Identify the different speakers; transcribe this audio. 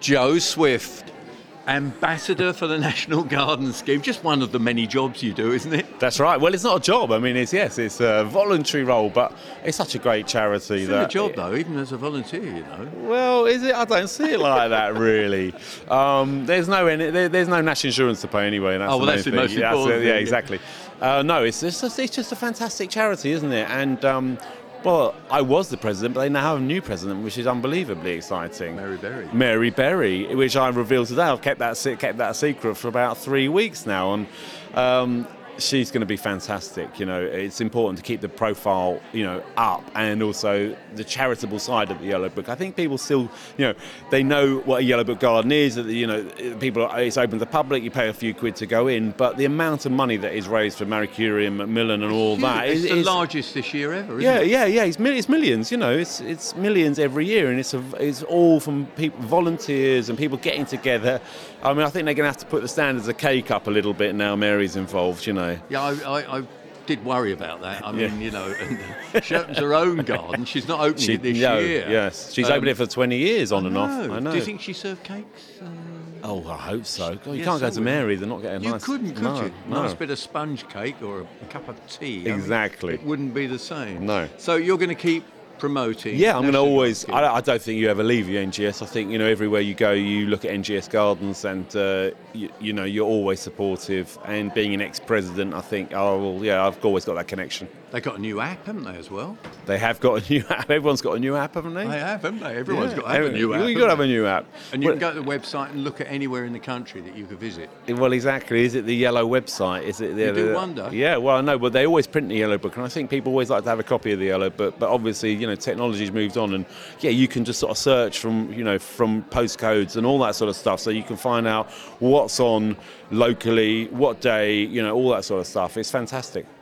Speaker 1: Joe Swift, ambassador for the National Garden Scheme. Just one of the many jobs you do, isn't it?
Speaker 2: That's right. Well, it's not a job. I mean, it's yes, it's a voluntary role, but it's such a great charity.
Speaker 1: It's
Speaker 2: that
Speaker 1: a job, though, even as a volunteer, you know.
Speaker 2: Well, is it? I don't see it like that really. Um, there's no any, there, there's no national insurance to pay anyway. That's
Speaker 1: Oh, well,
Speaker 2: the
Speaker 1: that's the
Speaker 2: main
Speaker 1: most
Speaker 2: thing. Yeah,
Speaker 1: important
Speaker 2: it, yeah,
Speaker 1: thing.
Speaker 2: exactly. Uh, no, it's just a, it's just a fantastic charity, isn't it? And um, well, I was the president, but they now have a new president, which is unbelievably exciting.
Speaker 1: Mary Berry.
Speaker 2: Mary Berry, which I revealed today. I've kept that se- kept that secret for about three weeks now, and. Um, She's going to be fantastic. You know, it's important to keep the profile, you know, up, and also the charitable side of the Yellow Book. I think people still, you know, they know what a Yellow Book garden is. That you know, people, are- it's open to the public. You pay a few quid to go in, but the amount of money that is raised for Marie Curie and Macmillan and all that
Speaker 1: it's
Speaker 2: is,
Speaker 1: the
Speaker 2: is
Speaker 1: largest this year ever, isn't
Speaker 2: yeah,
Speaker 1: it?
Speaker 2: yeah, yeah. It's, mil- it's millions. You know, it's it's millions every year, and it's a, it's all from people, volunteers, and people getting together. I mean, I think they're going to have to put the standards of cake up a little bit now. Mary's involved. You know.
Speaker 1: Yeah, I, I, I did worry about that. I
Speaker 2: Yeah.
Speaker 1: mean, you know, and she opens her own garden. She's not opening it this
Speaker 2: no,
Speaker 1: year.
Speaker 2: Yes, she's
Speaker 1: Um,
Speaker 2: opened it for 20 years on and
Speaker 1: no.
Speaker 2: off. I know.
Speaker 1: Do you think she served cakes? Uh,
Speaker 2: oh, I hope so. God, you
Speaker 1: Yes,
Speaker 2: can't go
Speaker 1: I
Speaker 2: to
Speaker 1: would.
Speaker 2: Mary. They're not getting
Speaker 1: You
Speaker 2: nice.
Speaker 1: couldn't, could
Speaker 2: no,
Speaker 1: you?
Speaker 2: No.
Speaker 1: Nice bit of sponge cake or a cup of tea. I mean,
Speaker 2: Exactly.
Speaker 1: it wouldn't be the same.
Speaker 2: No.
Speaker 1: So you're going to keep promoting.
Speaker 2: Yeah, I'm going to
Speaker 1: National
Speaker 2: always.
Speaker 1: Garden
Speaker 2: I, I don't think you ever leave your NGS. I think you know everywhere you go, you look at NGS gardens, and uh, you, you know you're always supportive. And being an ex-president, I think oh well, yeah, I've always got that connection.
Speaker 1: Scheme. They got a new app, haven't they, as well?
Speaker 2: They have got a new app. Everyone's got a new app, haven't they?
Speaker 1: They have, haven't they? Everyone's
Speaker 2: Yeah.
Speaker 1: got to have a new app.
Speaker 2: You
Speaker 1: haven't
Speaker 2: got to have
Speaker 1: they?
Speaker 2: a new app.
Speaker 1: And you
Speaker 2: well,
Speaker 1: can go to the website and look at anywhere in the country that you could visit.
Speaker 2: Well, exactly. Is it the yellow website? Is it the?
Speaker 1: You do
Speaker 2: the-
Speaker 1: wonder.
Speaker 2: Yeah. Well, I know, but they always print the yellow book, and I think people always like to have a copy of the yellow book. But obviously, you know, technology's moved on, and yeah, you can just sort of search from you know from postcodes and all that sort of stuff, so you can find out what's on locally, what day, you know, all that sort of stuff. It's fantastic.